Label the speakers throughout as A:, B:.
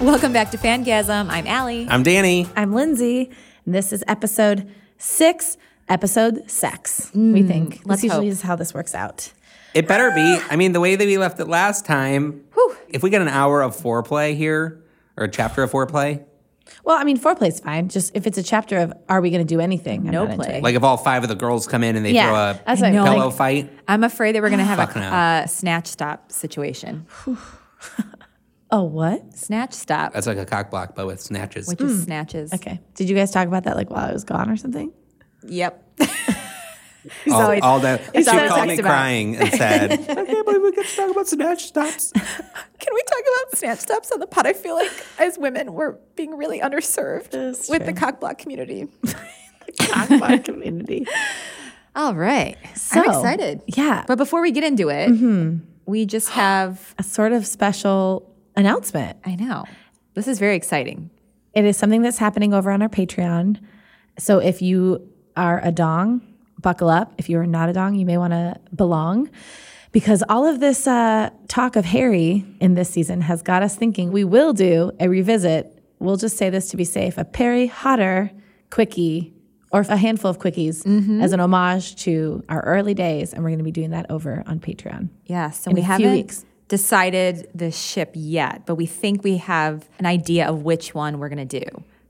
A: Welcome back to Fangasm. I'm Allie.
B: I'm Danny.
C: I'm Lindsay. And this is episode six, episode sex, we think.
A: let's
C: this usually
A: hope.
C: is how this works out.
D: It better be. I mean, the way that we left it last time, if we get an hour of foreplay here or a chapter of foreplay,
C: Well, I mean, foreplay's fine. Just if it's a chapter of are we going to do anything? I'm
A: No
C: not into
A: play.
C: it.
D: like if all five of the girls come in and they
C: Yeah,
D: throw
C: that's
D: a
C: what I mean.
D: pillow
C: Like-
D: fight,
A: I'm afraid that we're going to have
D: Fuck
A: a
D: no.
A: uh, snatch stop situation.
C: Oh, what?
A: Snatch stop,
D: that's like a cock block, but with snatches.
A: which is snatches.
C: Okay. Did you guys talk about that like while I was gone or something?
A: Yep.
D: all,
A: always-
D: all that. She
A: always
D: called
A: text
D: me
A: about it.
D: crying and said, I can't believe we get to talk about snatch stops.
E: Can we talk about snatch stops on the pod? I feel like as women, we're being really underserved
C: That's
E: with the
C: true.
E: cock block community.
C: Cockblock community.
A: All right.
C: So,
A: I'm excited.
C: yeah.
A: But before we get into it, we just have,
C: A sort of special announcement.
A: I know, this is very exciting.
C: It is something that's happening over on our Patreon. So if you are a dong, buckle up. If you are not a dong, you may want to belong because all of this uh, talk of Harry in this season has got us thinking we will do a revisit. We'll just say this to be safe a Perry Hotter quickie or a handful of quickies
A: Mm-hmm.
C: as an homage to our early days. And we're going to be doing that over on Patreon.
A: Yeah, so
C: In
A: we
C: a few
A: haven't
C: weeks.
A: decided the ship yet, but we think we have an idea of which one we're going to do.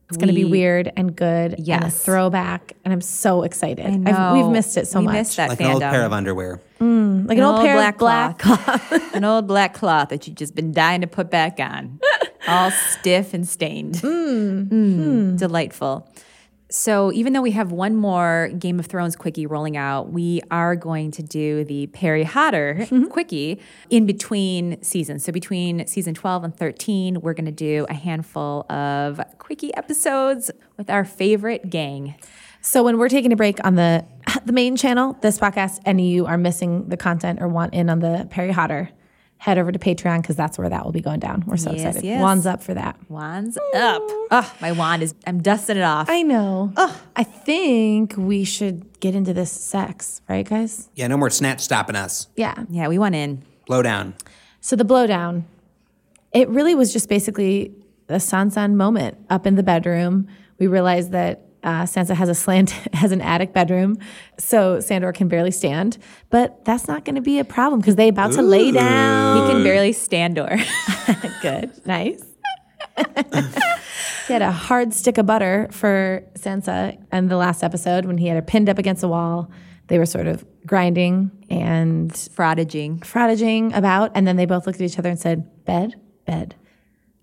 C: It's going to be weird and good and a
A: Yes.
C: throwback. And I'm so excited. I've, we've missed it so
A: we
C: much.
A: missed that
B: Like an
A: fandom.
B: old pair of underwear.
C: like an, old, pair of black
A: cloth. an old black cloth that you've just been dying to put back on, all stiff and stained.
C: hmm.
A: Mm, Delightful. So, even though we have one more Game of Thrones quickie rolling out, we are going to do the Perry Hotter
C: Mm-hmm.
A: quickie in between seasons. So, between season 12 and 13, we're going to do a handful of quickie episodes with our favorite gang.
C: So when we're taking a break on the the main channel, this podcast, and you are missing the content or want in on the Perry Hotter, head over to Patreon because that's where that will be going down. We're so
A: Yes,
C: excited.
A: yes.
C: Wands up for that.
A: Wands up. Oh, my wand is, I'm dusting it off.
C: I know. Ugh. I think we should get into this sex, right, guys?
D: Yeah, no more snatch stopping us.
C: Yeah.
A: yeah, we want in.
D: Low down.
C: So the blowdown, it really was just basically a Sansan moment up in the bedroom. We realized that uh, Sansa has a slant, has an attic bedroom, so Sandor can barely stand. But that's not going to be a problem because they about to lay down.
A: He can barely stand or.
C: Good, nice. he had a hard stick of butter for Sansa in the last episode when he had her pinned up against the wall. They were sort of grinding and
A: Prodigy.
C: frottaging about, and then they both looked at each other and said, "Bed, bed."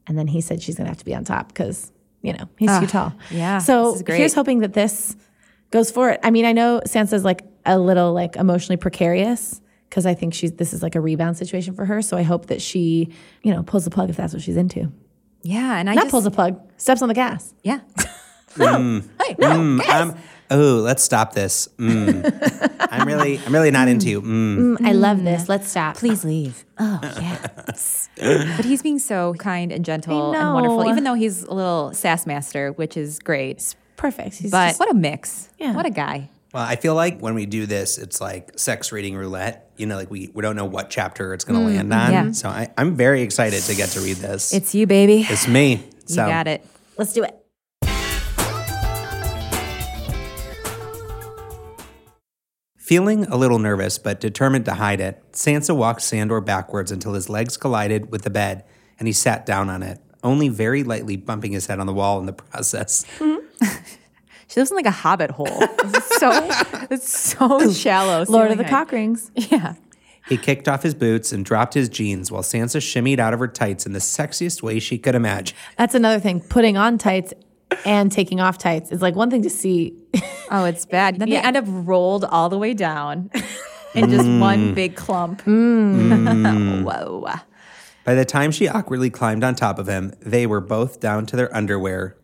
C: And then he said, "She's gonna have to be on top because you know he's too tall."
A: yeah,
C: So
A: this is great.
C: here's hoping that this goes for it. I mean, I know Sansa's like a little like emotionally precarious because I think she's this is like a rebound situation for her. So I hope that she you know pulls the plug if that's what she's into.
A: Yeah, and I
C: Not
A: just
C: pulls the plug, steps on the gas.
A: yeah.
D: Mm, I'm, oh, let's stop this. Mm. I'm really, I'm really not into you. Mm.
C: I love this. Let's stop.
A: Please leave. Oh yeah. but he's being so kind and gentle
C: I
A: and wonderful,
C: know.
A: even though he's a little sass master, which is great.
C: Perfect. He's
A: But
C: just-
A: what a mix.
C: Yeah.
A: What a guy.
D: Well, I feel like when we do this, it's like sex reading roulette. You know, like we, we don't know what chapter it's going to land on.
A: Mm, yeah.
D: So I, I'm very excited to get to read this.
A: It's you, baby.
D: It's me.
A: you
D: So
A: got it.
C: let's do it.
D: Feeling a little nervous but determined to hide it, Sansa walked Sandor backwards until his legs collided with the bed and he sat down on it, only very lightly bumping his head on the wall in the process.
A: She lives in like a hobbit hole. It's so it's so shallow.
C: Lord of
A: ceiling
C: the
A: height.
C: cock rings.
A: Yeah.
D: He kicked off his boots and dropped his jeans while Sansa shimmied out of her tights in the sexiest way she could imagine.
C: That's another thing. Putting on tights and taking off tights is like one thing to see
A: Oh, it's bad. Then they end up rolled all the way
C: Mm.
A: down in just one big clump. Whoa.
D: By the time she awkwardly climbed on top of him, they were both down to their underwear.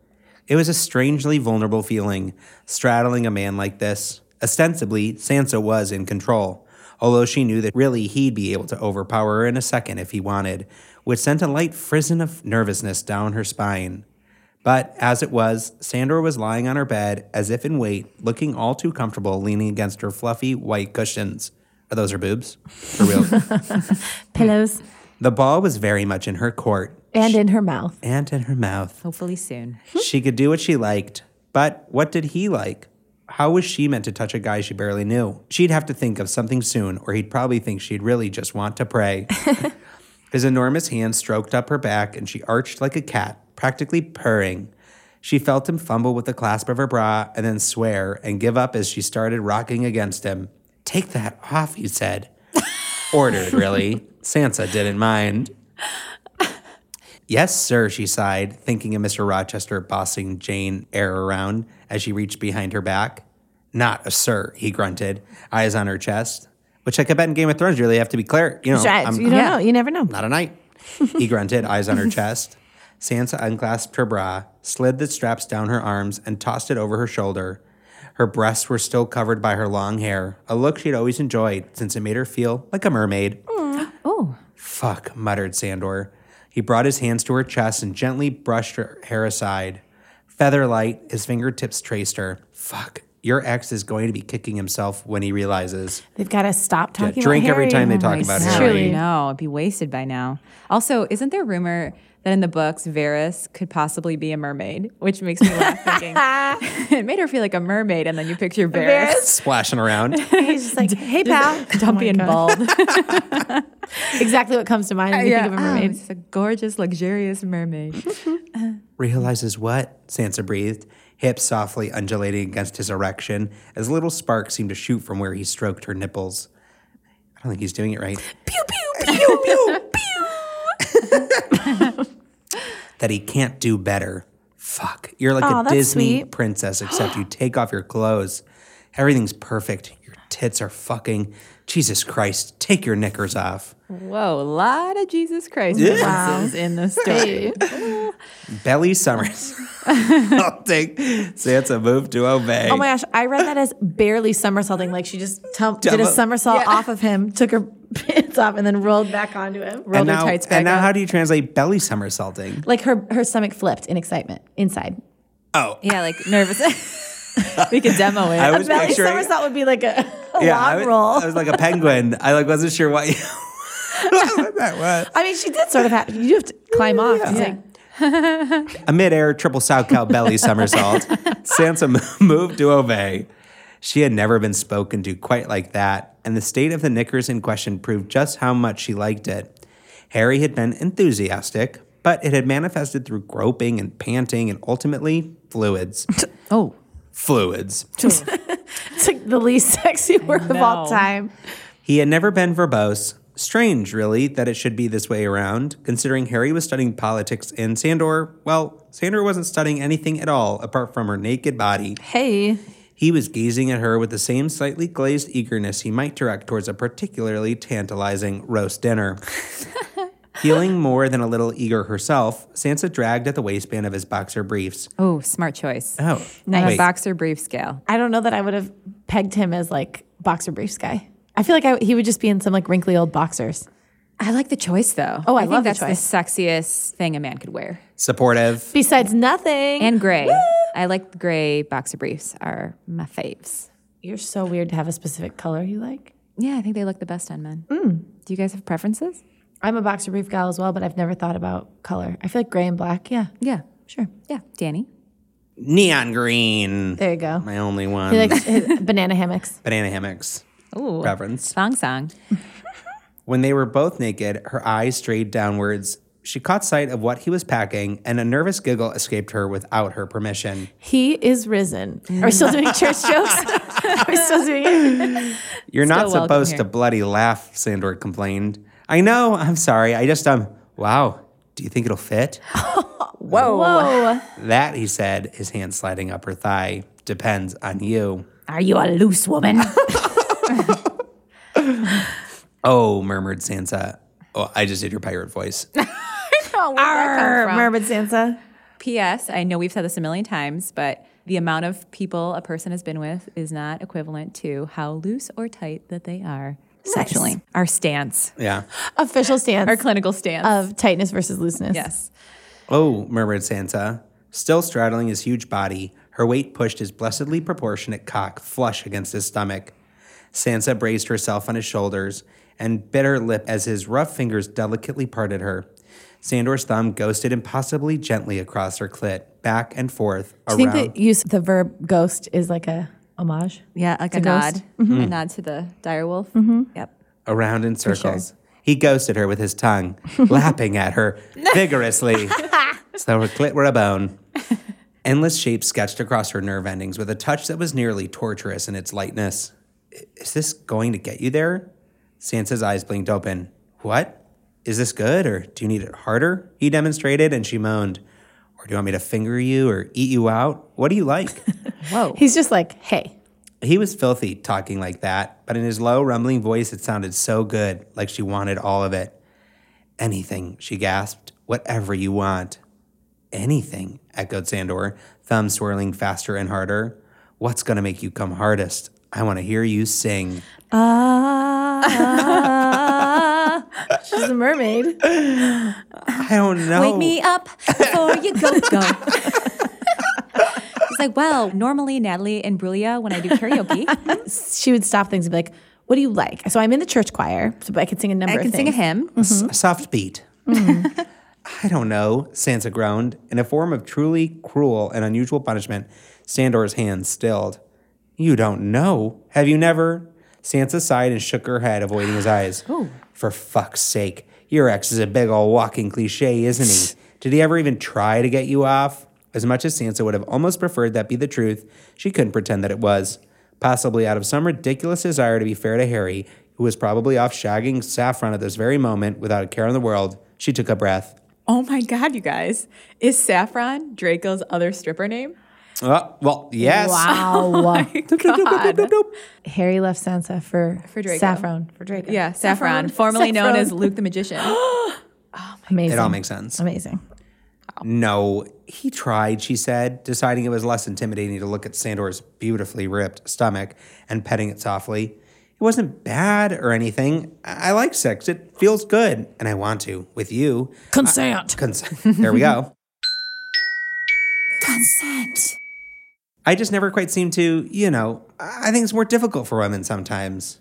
D: It was a strangely vulnerable feeling, straddling a man like this. Ostensibly, Sansa was in control, although she knew that really he'd be able to overpower her in a second if he wanted, which sent a light frisson of nervousness down her spine. But as it was, Sandor was lying on her bed as if in wait, looking all too comfortable, leaning against her fluffy white cushions. Are those her boobs? For real?
C: Pillows
D: the ball was very much in her court
C: and in her mouth.
D: and in her mouth.
A: Hopefully soon.
D: She could do what she liked, but what did he like? How was she meant to touch a guy she barely knew? She'd have to think of something soon, or he'd probably think she'd really just want to pray. His enormous hand stroked up her back, and she arched like a cat, practically purring. She felt him fumble with the clasp of her bra and then swear and give up as she started rocking against him. Take that off, he said. Ordered, really. Sansa didn't mind. Yes, sir, she sighed, thinking of Mr. Rochester bossing Jane Eyre around as she reached behind her back. Not a sir, he grunted, eyes on her chest. Which I could bet in Game of Thrones you really have to be clear. You know,
C: Right.
D: I'm-
C: you don't know. You never know.
D: not a night. He grunted, eyes on her chest. Sansa unclasped her bra, slid the straps down her arms, and tossed it over her shoulder. Her breasts were still covered by her long hair, a look she'd always enjoyed since it made her feel like a mermaid.
A: Oh,
D: Fuck, muttered Sandor. He brought his hands to her chest and gently brushed her hair aside. Feather light, his fingertips traced her. Fuck, your ex is going to be kicking himself when he realizes.
C: They've got to stop talking about
D: drink every
C: Harry.
D: time they talk about
C: God.
D: Harry.
C: Truly.
A: No, it'd be wasted by now. Also, isn't there rumor that in the books Varys could possibly be a mermaid? Which makes me laugh thinking it made her feel like a mermaid, and then you picture Varys,
D: Splashing around.
C: He's just like, hey, pal.
D: Oh
A: dumpy and bald.
C: Exactly what comes to mind when you think of a
A: Ah,
C: mermaid.
A: it's a gorgeous, luxurious mermaid.
D: Realizes what? Sansa breathed, hips softly undulating against his erection as little sparks seemed to shoot from where he stroked her nipples. I don't think he's doing it right. Pew, pew, pew, pew, pew. that he can't do better. Fuck. You're like
C: Aw,
D: a
C: that's
D: Disney
C: sweet.
D: princess, except you take off your clothes. Everything's perfect. Your tits are fucking. Jesus Christ, take your knickers off.
A: Whoa, a lot of Jesus Christ references in the story.
D: Belly Summers. I'll take Sansa move to obey.
C: Oh my gosh, I read that as barely somersaulting. Like she just tum- did a
D: Double-
C: somersault off of him, took her pants off, and then rolled back onto him.
A: Rolled
D: and
A: her
D: now,
A: tights back
D: and now
A: up.
D: how do you translate belly somersaulting?
C: Like her, her stomach flipped in excitement inside.
D: Oh,
A: yeah, like nervous. we could demo it.
D: I was
C: Belly
D: picturing.
C: somersault would be like a, a
D: yeah,
C: log
D: I was,
C: roll.
D: I was like a penguin. I like wasn't sure what, what that was.
C: I mean, she did sort of have. You do have to climb off. It's like
D: A midair triple sow cow belly somersault. Sansa moved to obey. She had never been spoken to quite like that, and the state of the knickers in question proved just how much she liked it. Harry had been enthusiastic, but it had manifested through groping and panting and ultimately fluids.
A: oh,
D: fluids.
C: it's like the least sexy word of all
A: know.
C: time.
D: He had never been verbose. Strange, really, that it should be this way around, considering Harry was studying politics and Sandor, well, Sandor wasn't studying anything at all apart from her naked body.
A: hey.
D: He was gazing at her with the same slightly glazed eagerness he might direct towards a particularly tantalizing roast dinner. Feeling more than a little eager herself, Sansa dragged at the waistband of his boxer briefs.
A: Oh, smart choice.
D: Oh,
A: On a
D: wait.
A: boxer brief scale.
C: I don't know that I would have pegged him as like boxer briefs guy. I feel like I, he would just be in some like wrinkly old boxers.
A: I like the choice though.
C: Oh, I
A: think
C: love the
A: that's
C: choice.
A: the sexiest thing a man could wear.
D: supportive.
C: Besides nothing.
A: And gray. I like the gray boxer briefs are my faves.
C: you're so weird to have a specific color you like.
A: Yeah, I think they look the best on men. Do you guys have preferences?
C: I'm a boxer brief gal as well, but I've never thought about color. I feel like gray and black. Yeah,
A: Yeah.
C: sure.
A: Yeah. Danny.
D: Neon green.
C: There you go.
D: My only one.
C: He likes his banana hammocks.
D: Banana hammocks.
A: Ooh.
D: Preference.
A: Song song.
D: When they were both naked, her eyes strayed downwards. She caught sight of what he was packing, and a nervous giggle escaped her without her permission.
C: He is risen. Are we still doing church jokes? Are we still doing it?
D: You're not
A: welcome
D: supposed
A: here.
D: to bloody laugh, Sandor complained. I know, I'm sorry. I just, um, wow, do you think it'll fit?
E: Oh.
C: Whoa.
D: that, he said, his hand sliding up her thigh. Depends on you.
A: Are you a loose woman?
D: Oh, murmured Sansa. Oh, I just did your pirate voice.
E: Oh, where'd that come from?
C: Mermaid Sansa.
A: P.S. I know we've said this a million times, but the amount of people a person has been with is not equivalent to how loose or tight that they are sexually. Our stance,
D: yeah.
C: Official stance
A: our clinical stance.
C: of tightness versus looseness.
A: yes.
D: Oh, murmured Sansa, still straddling his huge body, her weight pushed his blessedly proportionate cock flush against his stomach. Sansa braced herself on his shoulders and bit her lip as his rough fingers delicately parted her. Sandor's thumb ghosted impossibly gently across her clit, back and forth,
C: Do
D: around.
C: you think the use of the verb ghost is like a homage?
A: Yeah, like a, Mm-hmm.
C: ghost.
A: nod, a nod to the direwolf. Yep.
D: around in circles. He ghosted her with his tongue, lapping at her vigorously, so her clit were a bone. Endless shapes sketched across her nerve endings with a touch that was nearly torturous in its lightness. "I- Is this going to get you there? Sansa's eyes blinked open. What? Is this good, or do you need it harder? He demonstrated, and she moaned. Or do you want me to finger you or eat you out? What do you like?
A: Whoa.
C: He's just like, hey,
D: He was filthy talking like that, but in his low, rumbling voice, it sounded so good, like she wanted all of it. Anything, she gasped. Whatever you want. Anything, echoed Sandor, thumb swirling faster and harder. What's going to make you come hardest? I want to hear you sing.
C: she's a mermaid.
D: I don't know.
A: Wake me
C: Oh.
A: up before you go go. It's like, well, normally Natalie and Brulia, when I do karaoke,
C: she would stop things and be like, what do you like? So I'm in the church choir, so I can sing a number
A: I can
C: of
A: sing a
C: things.
A: hymn.
D: S- a soft beat. I don't know, Sansa groaned. In a form of truly cruel and unusual punishment, Sandor's hands stilled. You don't know? Have you never? Sansa sighed and shook her head, avoiding his eyes. For fuck's sake, your ex is a big old walking cliche, isn't he? Did he ever even try to get you off? As much as Sansa would have almost preferred that be the truth, she couldn't pretend that it was. Possibly out of some ridiculous desire to be fair to Harry, who was probably off shagging Saffron at this very moment without a care in the world, she took a breath.
A: Oh my God, you guys. Is Saffron Draco's other stripper name?
D: Uh, well, yes.
A: Oh
C: Wow.
D: Doop, doop, doop, doop, doop, doop.
C: Oh Harry left Sansa for,
A: For Draco.
C: Saffron. For Draco.
A: Yeah, Saffron, formerly known
C: Saffron.
A: as Luke the Magician.
C: Amazing.
D: It all makes sense.
C: Amazing.
D: No, he tried, she said, deciding it was less intimidating to look at Sandor's beautifully ripped stomach and petting it softly. It wasn't bad or anything. I I like sex. It feels good, and I want to with you.
C: Consent.
D: Consent. there we go.
A: Consent.
D: I just never quite seem to, you know, I think it's more difficult for women sometimes.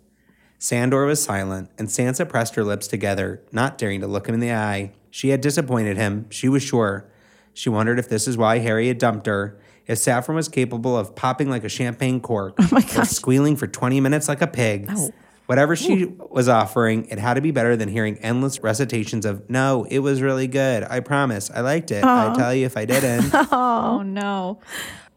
D: Sandor was silent, and Sansa pressed her lips together, not daring to look him in the eye. She had disappointed him, she was sure. She wondered if this is why Harry had dumped her, if Saffron was capable of popping like a champagne cork, or squealing for 20 minutes like a pig. Whatever she was offering, it had to be better than hearing endless recitations of, no, it was really good. I promise. I liked it. I tell you if I didn't.
A: Oh no.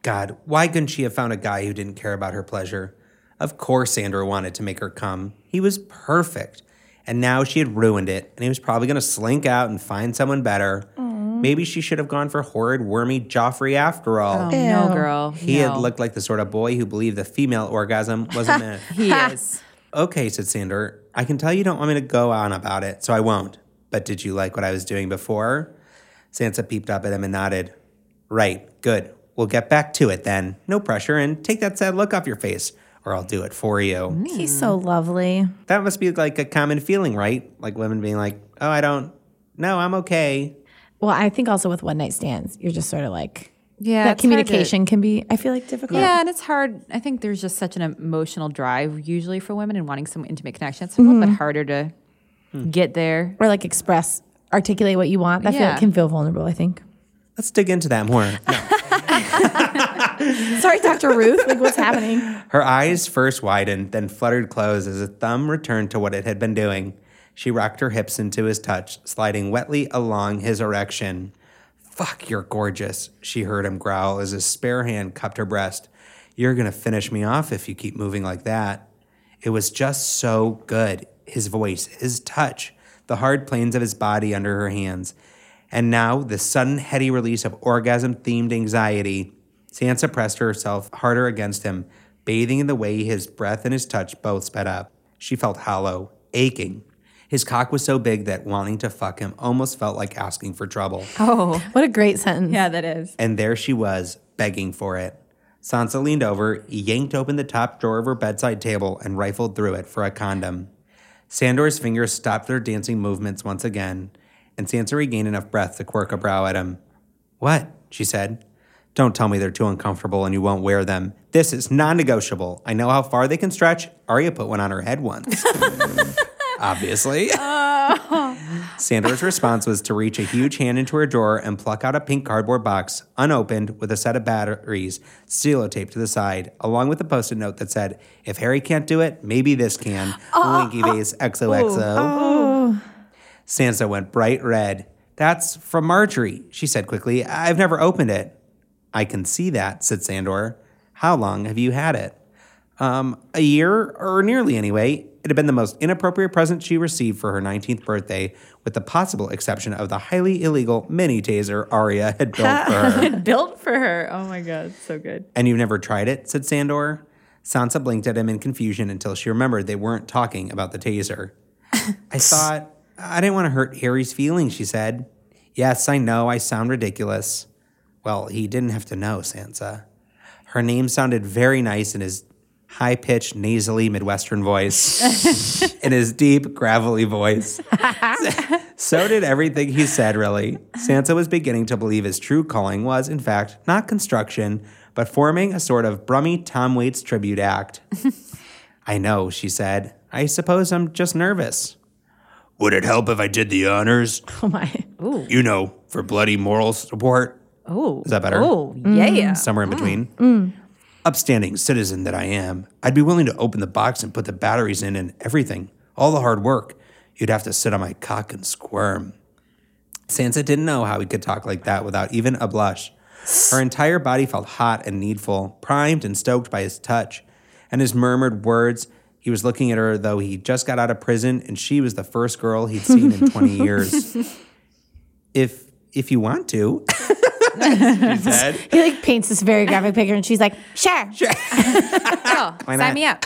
D: God, why couldn't she have found a guy who didn't care about her pleasure? Of course, Sandor wanted to make her come. He was perfect. And now she had ruined it, and he was probably going to slink out and find someone better. Maybe she should have gone for horrid, wormy Joffrey after all.
A: Oh no, girl.
D: He
A: no.
D: had looked like the sort of boy who believed the female orgasm was a myth.
A: He is.
D: okay, said Sandor. I can tell you don't want me to go on about it, so I won't. But did you like what I was doing before? Sansa peeped up at him and nodded. Right, good. We'll get back to it then. No pressure, and take that sad look off your face, or I'll do it for you.
C: He's so lovely.
D: That must be like a common feeling, right? Like women being like, oh, I don't, no, I'm okay.
C: Well, I think also with one night stands, you're just sort of like
A: Yeah,
C: that
A: it's hard to-
C: communication can be. I feel like difficult.
A: Yeah, and it's hard. I think there's just such an emotional drive usually for women and wanting some intimate connection. It's a little
C: Mm-hmm.
A: bit harder to get there.
C: or like express, articulate what you want. That feel,
A: Yeah.
C: can feel vulnerable. I think.
D: Let's dig into that more.
C: Sorry, Dr. Ruth. Like, what's happening?
D: Her eyes first widened, then fluttered closed as a thumb returned to what it had been doing. She rocked her hips into his touch, sliding wetly along his erection. Fuck, you're gorgeous, she heard him growl as his spare hand cupped her breast. You're gonna finish me off if you keep moving like that. It was just so good his voice, his touch, the hard planes of his body under her hands. And now the sudden heady release of orgasm themed anxiety. Sansa pressed herself harder against him, bathing in the way his breath and his touch both sped up. She felt hollow, aching. His cock was so big that wanting to fuck him almost felt like asking for trouble.
A: Oh,
C: What a great sentence.
A: yeah, that is.
D: And there she was, begging for it. Sansa leaned over, yanked open the top drawer of her bedside table, and rifled through it for a condom. Sandor's fingers stopped their dancing movements once again, and Sansa regained enough breath to quirk a brow at him. What? she said. Don't tell me they're too uncomfortable and you won't wear them. This is non negotiable. I know how far they can stretch. Arya put one on her head once. Obviously. Sandra's response was to reach a huge hand into her drawer and pluck out a pink cardboard box, unopened, with a set of batteries sellotaped to the side, along with a post-it note that said, "If Harry can't do it, maybe this can." Winky face XOXO. Sansa went bright red. That's from Marjorie, she said quickly. I've never opened it. I can see that, said Sandor. How long have you had it? Um, a year, or nearly anyway. It had been the most inappropriate present she received for her 19th birthday, with the possible exception of the highly illegal mini taser Arya had built for her.
A: Built for her. Oh my God, so good.
D: And you've never tried it? said Sandor. Sansa blinked at him in confusion until she remembered they weren't talking about the taser. I thought, I didn't want to hurt Harry's feelings, she said. Yes, I know, I sound ridiculous. Well, he didn't have to know, Sansa. Her name sounded very nice in his high pitched, nasally Midwestern voice, in his deep, gravelly voice. So did everything he said, really. Sansa was beginning to believe his true calling was, in fact, not construction, but forming a sort of brummy Tom Waits tribute act. I know, she said. I suppose I'm just nervous. Would it help if I did the honors?
C: Oh my.
D: You know, for bloody moral support.
A: Oh,
D: Is that better?
A: Oh,
C: Mm-hmm.
A: yeah.
D: somewhere in between. Upstanding citizen that I am, I'd be willing to open the box and put the batteries in and everything, all the hard work. You'd have to sit on my cock and squirm. Sansa didn't know how he could talk like that without even a blush. Her entire body felt hot and needful, primed and stoked by his touch. And his murmured words, he was looking at her though he just got out of prison and she was the first girl he'd seen in 20 years. If if you want to, she said.
C: He like paints this very graphic picture and she's like, sure.
A: Girl,
D: not?
A: Oh, sign me up.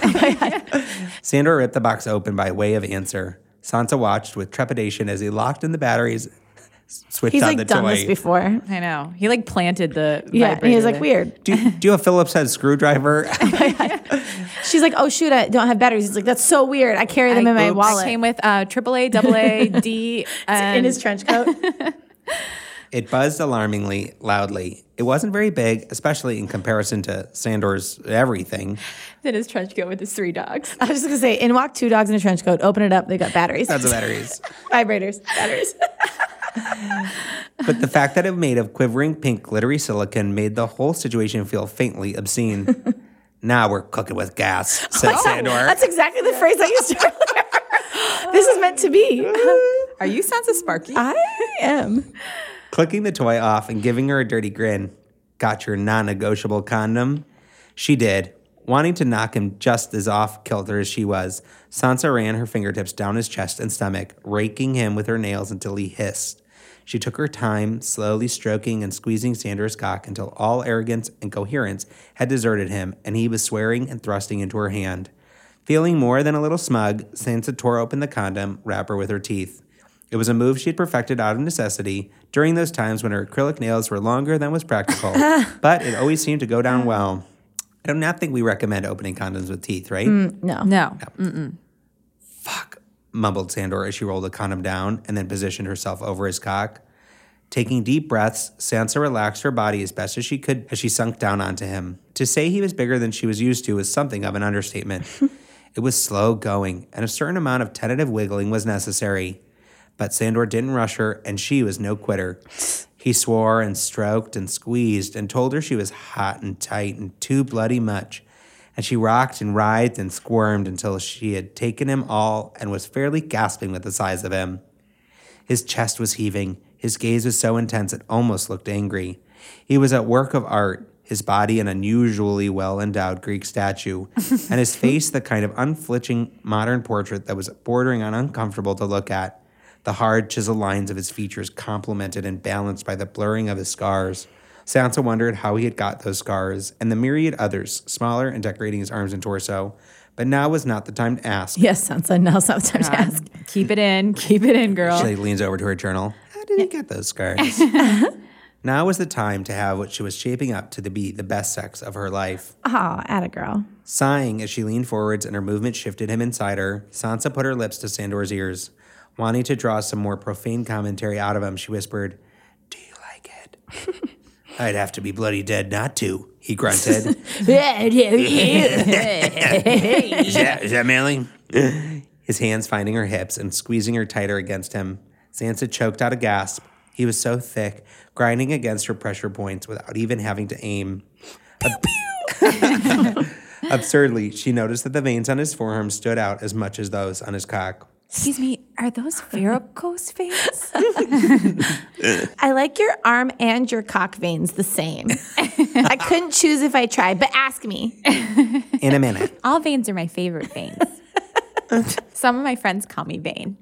D: Sandor ripped the box open by way of answer. Sansa watched with trepidation as he locked in the batteries, s- switched
C: He's
D: on
C: like
D: the
C: done
D: toy.
C: this before.
A: I know. He like planted the.
C: Yeah.
A: vibrator
C: And he was like,
A: there.
C: weird.
D: do, do you have Phillips head screwdriver?
C: She's like, oh shoot, I don't have batteries. He's like, that's so weird. I carry them in my
A: oops.
C: wallet.
A: I came with uh, AAA, AA, D, and
C: in his trench coat.
D: it buzzed alarmingly loudly. It wasn't very big, especially in comparison to Sandor's everything.
A: in his trench coat with his three dogs.
C: I was just gonna say, in walk two dogs in a trench coat. Open it up, they got batteries,
D: That's the batteries.
C: vibrators, batteries.
D: But the fact that it was made of quivering pink glittery silicon made the whole situation feel faintly obscene. now we're cooking with gas, said
C: Oh,
D: Sandor.
C: That's exactly the phrase I used earlier. this is meant to be.
A: Are you Sansa Sparky?
C: I am.
D: clicking the toy off and giving her a dirty grin. Got your non negotiable condom? She did. Wanting to knock him just as off kilter as she was, Sansa ran her fingertips down his chest and stomach, raking him with her nails until he hissed. She took her time, slowly stroking and squeezing Sandra's cock until all arrogance and coherence had deserted him and he was swearing and thrusting into her hand. Feeling more than a little smug, Sansa tore open the condom wrapper with her teeth. It was a move she had perfected out of necessity during those times when her acrylic nails were longer than was practical, but it always seemed to go down well. I do not think we recommend opening condoms with teeth, right?
C: No.
A: No.
D: Fuck, mumbled Sandor as she rolled the condom down and then positioned herself over his cock. Taking deep breaths, Sansa relaxed her body as best as she could as she sunk down onto him. To say he was bigger than she was used to was something of an understatement. it was slow going, and a certain amount of tentative wiggling was necessary. But Sandor didn't rush her, and she was no quitter. He swore and stroked and squeezed and told her she was hot and tight and too bloody much. And she rocked and writhed and squirmed until she had taken him all and was fairly gasping with the size of him. His chest was heaving. His gaze was so intense it almost looked angry. He was a work of art, his body an unusually well endowed Greek statue, and his face the kind of unflinching modern portrait that was bordering on uncomfortable to look at. The hard chisel lines of his features complemented and balanced by the blurring of his scars. Sansa wondered how he had got those scars and the myriad others, smaller and decorating his arms and torso, But now was not the time to ask.
C: Yes, Sansa, now's not the time to ask.
A: Keep it in. Keep it in, girl.
D: She leans over to her journal. How did you get those scars? now was the time to have what she was shaping up to the- be the best sex of her life.
C: Aw, at a girl.
D: Sighing as she leaned forwards and her movement shifted him inside her, Sansa put her lips to Sandor's ears. Wanting to draw some more profane commentary out of him, she whispered, Do you like it? I'd have to be bloody dead not to, he grunted. is, that, is that manly? His hands finding her hips and squeezing her tighter against him. Sansa choked out a gasp. He was so thick, grinding against her pressure points without even having to aim. Absurdly, she noticed that the veins on his forearm stood out as much as those on his cock.
A: Excuse me. Are those varicose veins?
C: I like your arm and your cock veins the same. I couldn't choose if I tried, but ask me.
D: In a minute.
A: All veins are my favorite veins. Some of my friends call me vain.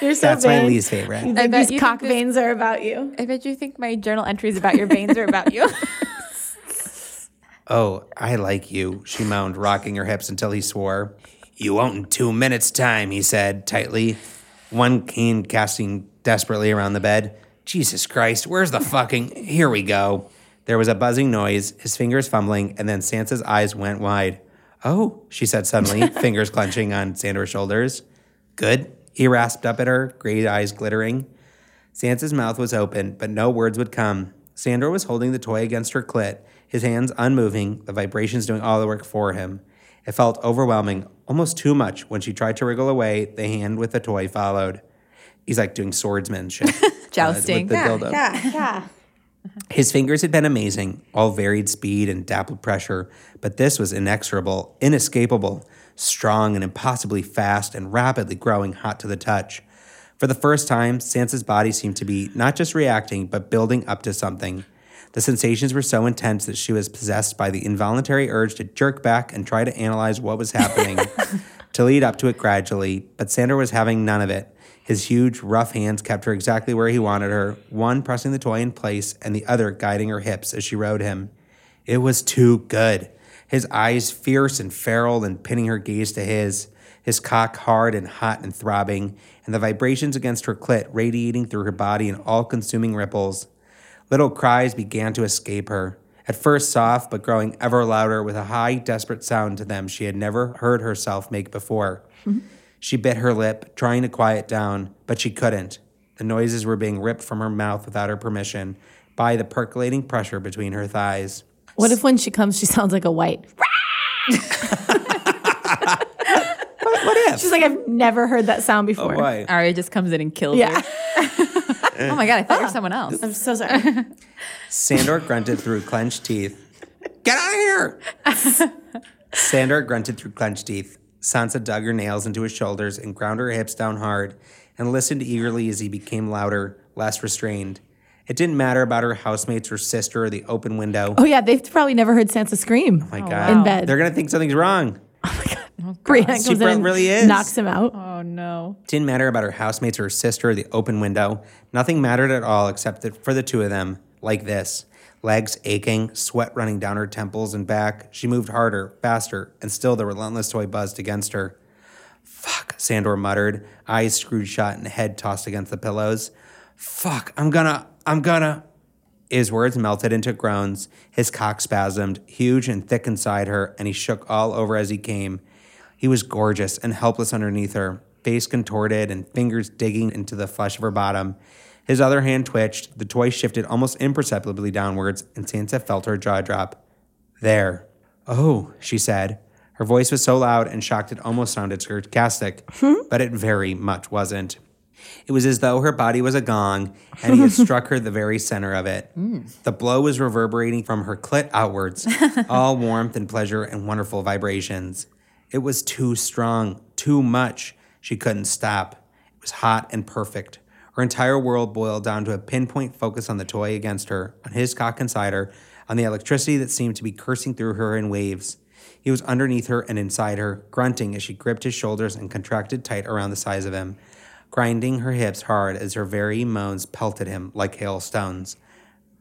C: You're so
D: That's my least favorite.
A: I bet,
C: These
A: you
C: cock
A: think this-
C: veins are about you.
A: I bet you think my journal entries about your veins are about you.
D: Oh, I like you, she moaned, rocking her hips until he swore. You won't in two minutes' time, he said tightly, one cane casting desperately around the bed. Jesus Christ, where's the fucking. Here we go. There was a buzzing noise, his fingers fumbling, and then Sansa's eyes went wide. Oh, she said suddenly, fingers clenching on Sandor's shoulders. Good, he rasped up at her, gray eyes glittering. Sansa's mouth was open, but no words would come. Sandor was holding the toy against her clit, his hands unmoving, the vibrations doing all the work for him. It felt overwhelming, almost too much. When she tried to wriggle away, the hand with the toy followed. He's like doing swordsmanship. uh, with
A: Jousting.
D: the dildo. His fingers had been amazing, all varied speed and dappled pressure, but this was inexorable, inescapable, strong and impossibly fast and rapidly growing hot to the touch. For the first time, Sansa's body seemed to be not just reacting, but building up to something. The sensations were so intense that she was possessed by the involuntary urge to jerk back and try to analyze what was happening, to lead up to it gradually, but Sandor was having none of it. His huge, rough hands kept her exactly where he wanted her, one pressing the toy in place and the other guiding her hips as she rode him. It was too good. His eyes fierce and feral and pinning her gaze to his, his cock hard and hot and throbbing, and the vibrations against her clit radiating through her body in all consuming ripples. Little cries began to escape her, at first soft, but growing ever louder with a high, desperate sound to them she had never heard herself make before. She bit her lip, trying to quiet down, but she couldn't. The noises were being ripped from her mouth without her permission by the percolating pressure between her thighs.
C: What if when she comes, she sounds like a white?
D: What if?
C: She's like, I've never heard that sound
D: Oh,
C: before.
D: Why?
A: Arya just comes in and kills
C: Yeah.
A: her. Oh my god! I thought you were someone else.
C: I'm so sorry.
D: Sandor grunted through clenched teeth. Get out of here! Sandor grunted through clenched teeth. Sansa dug her nails into his shoulders and ground her hips down hard and listened eagerly as he became louder, less restrained. It didn't matter about her housemates or sister or the open window.
C: Oh yeah, they've probably never heard Sansa scream.
D: Oh, my
C: In
D: God.
C: bed.
D: They're going to think something's wrong.
C: Brienne
D: She
C: comes in, and
D: really is.
C: knocks him out.
A: Oh no!
D: Didn't matter about her housemates or her sister or the open window. Nothing mattered at all except that for the two of them, like this. Legs aching, sweat running down her temples and back, she moved harder, faster, and still the relentless toy buzzed against her. Fuck, Sandor muttered, eyes screwed shut and head tossed against the pillows. Fuck, I'm gonna, I'm gonna. His words melted into groans. His cock spasmed, huge and thick inside her, and he shook all over as he came. He was gorgeous and helpless underneath her, face contorted and fingers digging into the flesh of her bottom. His other hand twitched, the toy shifted almost imperceptibly downwards, and Sansa felt her jaw drop. There. Oh, she said. Her voice was so loud and shocked it almost sounded sarcastic, but it very much wasn't. It was as though her body was a gong and he had struck her the very center of it. The blow was reverberating from her clit outwards, all warmth and pleasure and wonderful vibrations. It was too strong, too much. She couldn't stop. It was hot and perfect. Her entire world boiled down to a pinpoint focus on the toy against her, on his cock inside her, on the electricity that seemed to be cursing through her in waves. He was underneath her and inside her, grunting as she gripped his shoulders and contracted tight around the size of him, grinding her hips hard as her very moans pelted him like hailstones.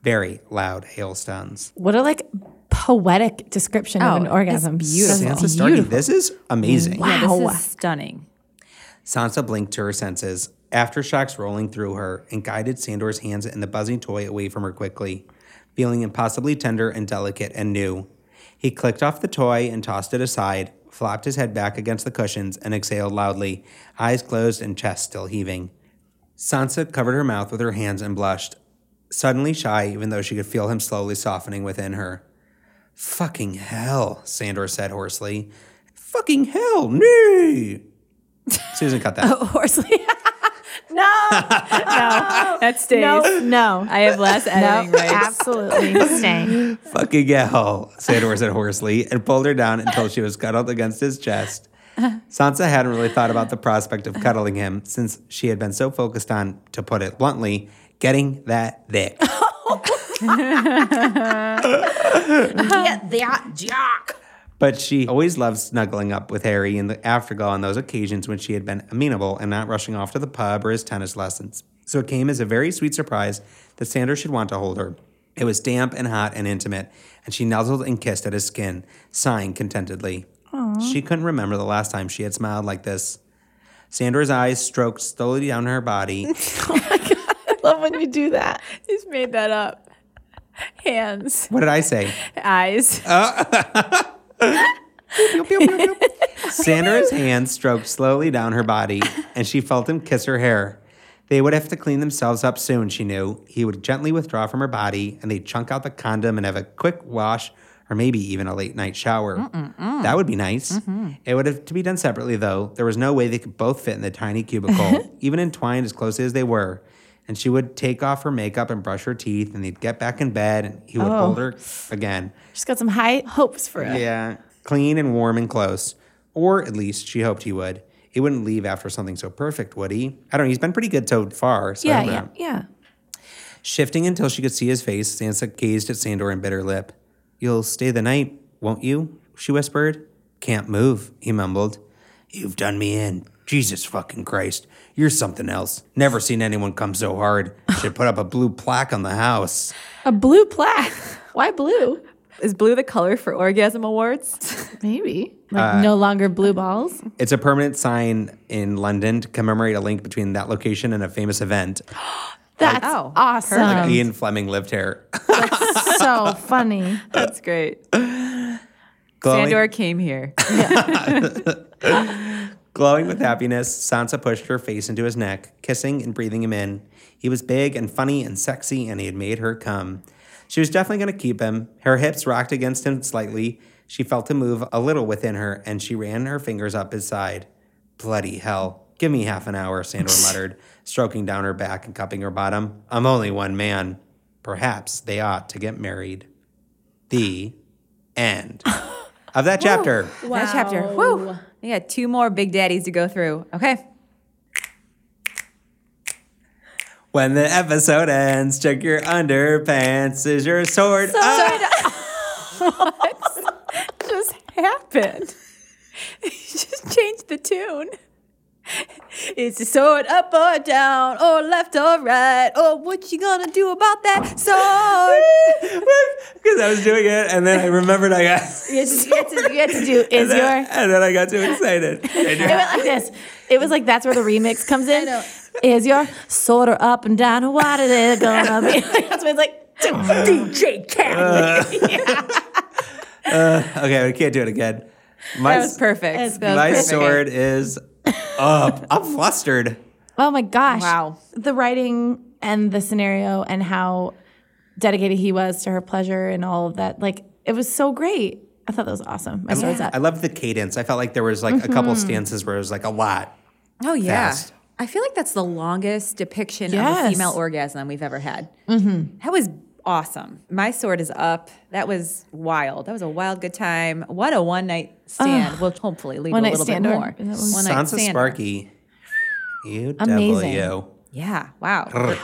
D: Very loud hailstones.
C: What a like poetic description
A: Oh,
C: of an
A: it's
C: orgasm.
A: beautiful.
C: That's
D: Sansa Starkey, this is amazing.
A: Yeah,
C: Wow.
A: this is stunning.
D: Sansa blinked to her senses, aftershocks rolling through her, and guided Sandor's hands and the buzzing toy away from her quickly, feeling impossibly tender and delicate and new. He clicked off the toy and tossed it aside, flopped his head back against the cushions, and exhaled loudly, eyes closed and chest still heaving. Sansa covered her mouth with her hands and blushed, suddenly shy, even though she could feel him slowly softening within her. Fucking hell, Sandor said hoarsely. Fucking hell, no! Susan, cut that.
C: Horsley. no,
A: That stays.
C: no, no.
A: I have less editing
C: no,
A: rights.
C: absolutely staying.
D: Fucking hell, Sandor said hoarsely and pulled her down until she was cuddled against his chest. Sansa hadn't really thought about the prospect of cuddling him since she had been so focused on, to put it bluntly, getting that dick.
C: Get that jock.
D: But she always loved snuggling up with Harry in the afterglow on those occasions when she had been amenable and not rushing off to the pub or his tennis lessons. So it came as a very sweet surprise that Sandor should want to hold her. It was damp and hot and intimate, and she nuzzled and kissed at his skin, sighing contentedly. She couldn't remember the last time she had smiled like this. Sandor's eyes stroked slowly down her body.
E: Love when you do that. He's made that up. Hands,
D: what did I say? Uh,
E: eyes.
D: Pew, pew, pew, pew. Sandra's hand stroked slowly down her body, and she felt him kiss her hair. They would have to clean themselves up soon, she knew. He would gently withdraw from her body, and they'd chunk out the condom and have a quick wash or maybe even a late night shower. That would be nice. It would have to be done separately, though. There was no way they could both fit in the tiny cubicle, even entwined as closely as they were. And she would take off her makeup and brush her teeth, and they'd get back in bed, and he would hold her again.
C: She's got some high hopes for it.
D: Yeah. Clean and warm and close. Or at least she hoped he would. He wouldn't leave after something so perfect, would he? I don't know. He's been pretty good so far. So I
C: Yeah,
D: don't
C: yeah,
D: know.
C: yeah.
D: Shifting until she could see his face, Sansa gazed at Sandor and bit her lip. You'll stay the night, won't you? She whispered. Can't move, he mumbled. You've done me in. Jesus fucking Christ. You're something else. Never seen anyone come so hard. Should put up a blue plaque on the house.
C: A blue plaque. Why blue?
A: Is blue the color for orgasm awards?
C: Maybe. Like
D: Uh,
C: no longer blue balls.
D: It's a permanent sign in London to commemorate a link between that location and a famous event.
C: That's
A: Oh,
C: awesome.
D: Ian Fleming lived here.
C: so funny.
A: That's great.
D: glowing,
A: Sandor came here.
D: glowing with happiness, Sansa pushed her face into his neck, kissing and breathing him in. He was big and funny and sexy, and he had made her come. She was definitely going to keep him. Her hips rocked against him slightly. She felt him move a little within her, and she ran her fingers up his side. Bloody hell. Give me half an hour, Sandor muttered, stroking down her back and cupping her bottom. I'm only one man. Perhaps they ought to get married. The end of that chapter.
A: That chapter. Woo. We got two more big daddies to go through. Okay.
D: When the episode ends, check your underpants. Is your sword up?
E: just happened. He just changed the tune.
A: Is the sword up or down or left or right? Or what you gonna do about that sword?
D: Because I was doing it, and then I remembered I got,
C: You had to, you had to- you had to do is your.
D: and then I got too excited. And
C: It
D: you're-
C: went like this. It was like that's where the remix comes in. Is your sort of up and down? or What is it gonna be? that's what it's like. DJ Khaled.
D: okay, I can't do it again. My,
A: That was perfect.
C: That's
A: That was
D: my
A: perfect.
D: sword is up. I'm flustered.
C: Oh my gosh!
A: Wow.
C: The writing and the scenario and how dedicated he was to her pleasure and all of that. Like it was so great. I thought that was awesome. My sword's up.
D: I loved the cadence. I felt like there was like a couple
A: Mm-hmm.
D: stances where it was like a lot.
A: Oh yeah.
D: fast.
A: I feel like that's the longest depiction of a
C: Yes.
A: female orgasm we've ever had. Mm-hmm. That was awesome. My sword is up. That was wild. That was a wild good time. What a one night stand. We'll hopefully lead to a
C: One-night
A: little bit
C: stand or-
A: more.
C: is that
A: One night
D: Sansa
A: stand.
D: Sparky. You
C: Amazing.
D: devil,
A: Yeah. Wow.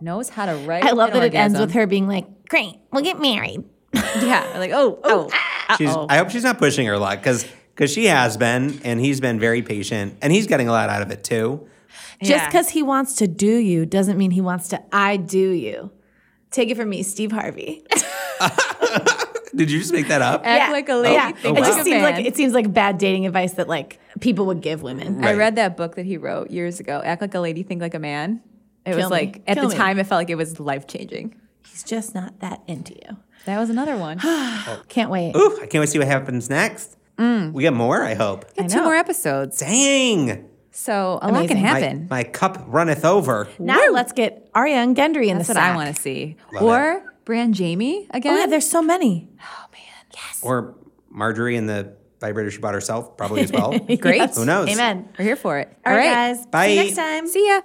A: Knows how to write.
C: I love
A: an
C: that it ends
A: orgasm.
C: with her being like, "Great, we'll get married."
A: Yeah. Like oh oh.
D: you. She's, I hope she's not pushing her luck because because she has been, and he's been very patient, and he's getting a lot out of it too.
C: Just
A: Yeah.
C: because he wants to do you doesn't mean he wants to I do you. Take it from me, Steve Harvey.
D: Did you just make that
C: Eh.
D: up?
A: Act like a lady.
C: Yeah.
A: think
C: it
A: like
C: just
A: a
C: seems
A: man.
C: like it seems like bad dating advice that like people would give women.
A: I read that book that he wrote years ago, Act Like a Lady, Think Like a Man. It
C: Kill
A: was
C: me.
A: like, at
C: Kill me.
A: the time, it felt like it was life changing.
C: He's just not that into you.
A: That was another one.
C: Can't wait.
D: Ooh, I can't wait to see what happens next.
C: Mm.
D: We get more, I hope.
A: Got
C: know.
A: two more episodes.
D: Dang!
A: So a lot
C: Amazing.
A: can
D: My-
A: happen.
D: My, cup runneth over.
C: Now let's get Arya and Gendry in
A: That's
C: the
A: what
C: sack.
A: I want to see. or Brand Jamie again.
C: Oh yeah, there's so many.
D: Or Marjorie and the vibrator she bought herself, probably as well.
A: Great.
D: Who knows?
C: Amen.
A: We're here for it.
C: All right, guys. See you
D: Bye.
C: next time.
A: See ya.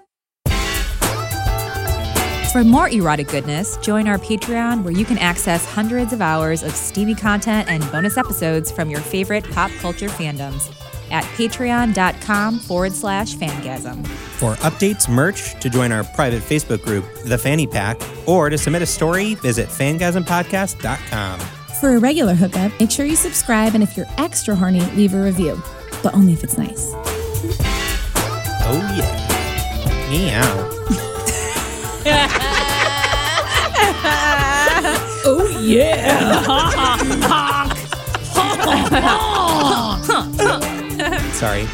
A: For more erotic goodness, join our Patreon where you can access hundreds of hours of steamy content and bonus episodes from your favorite pop culture fandoms at patreon.com forward slash fangasm.
B: For updates, merch, to join our private Facebook group, The Fanny Pack, or to submit a story, visit fangasmpodcast.com.
F: For a regular hookup, make sure you subscribe and if you're extra horny, leave a review, but only if it's nice.
B: Oh, yeah. Meow. oh, yeah. Sorry.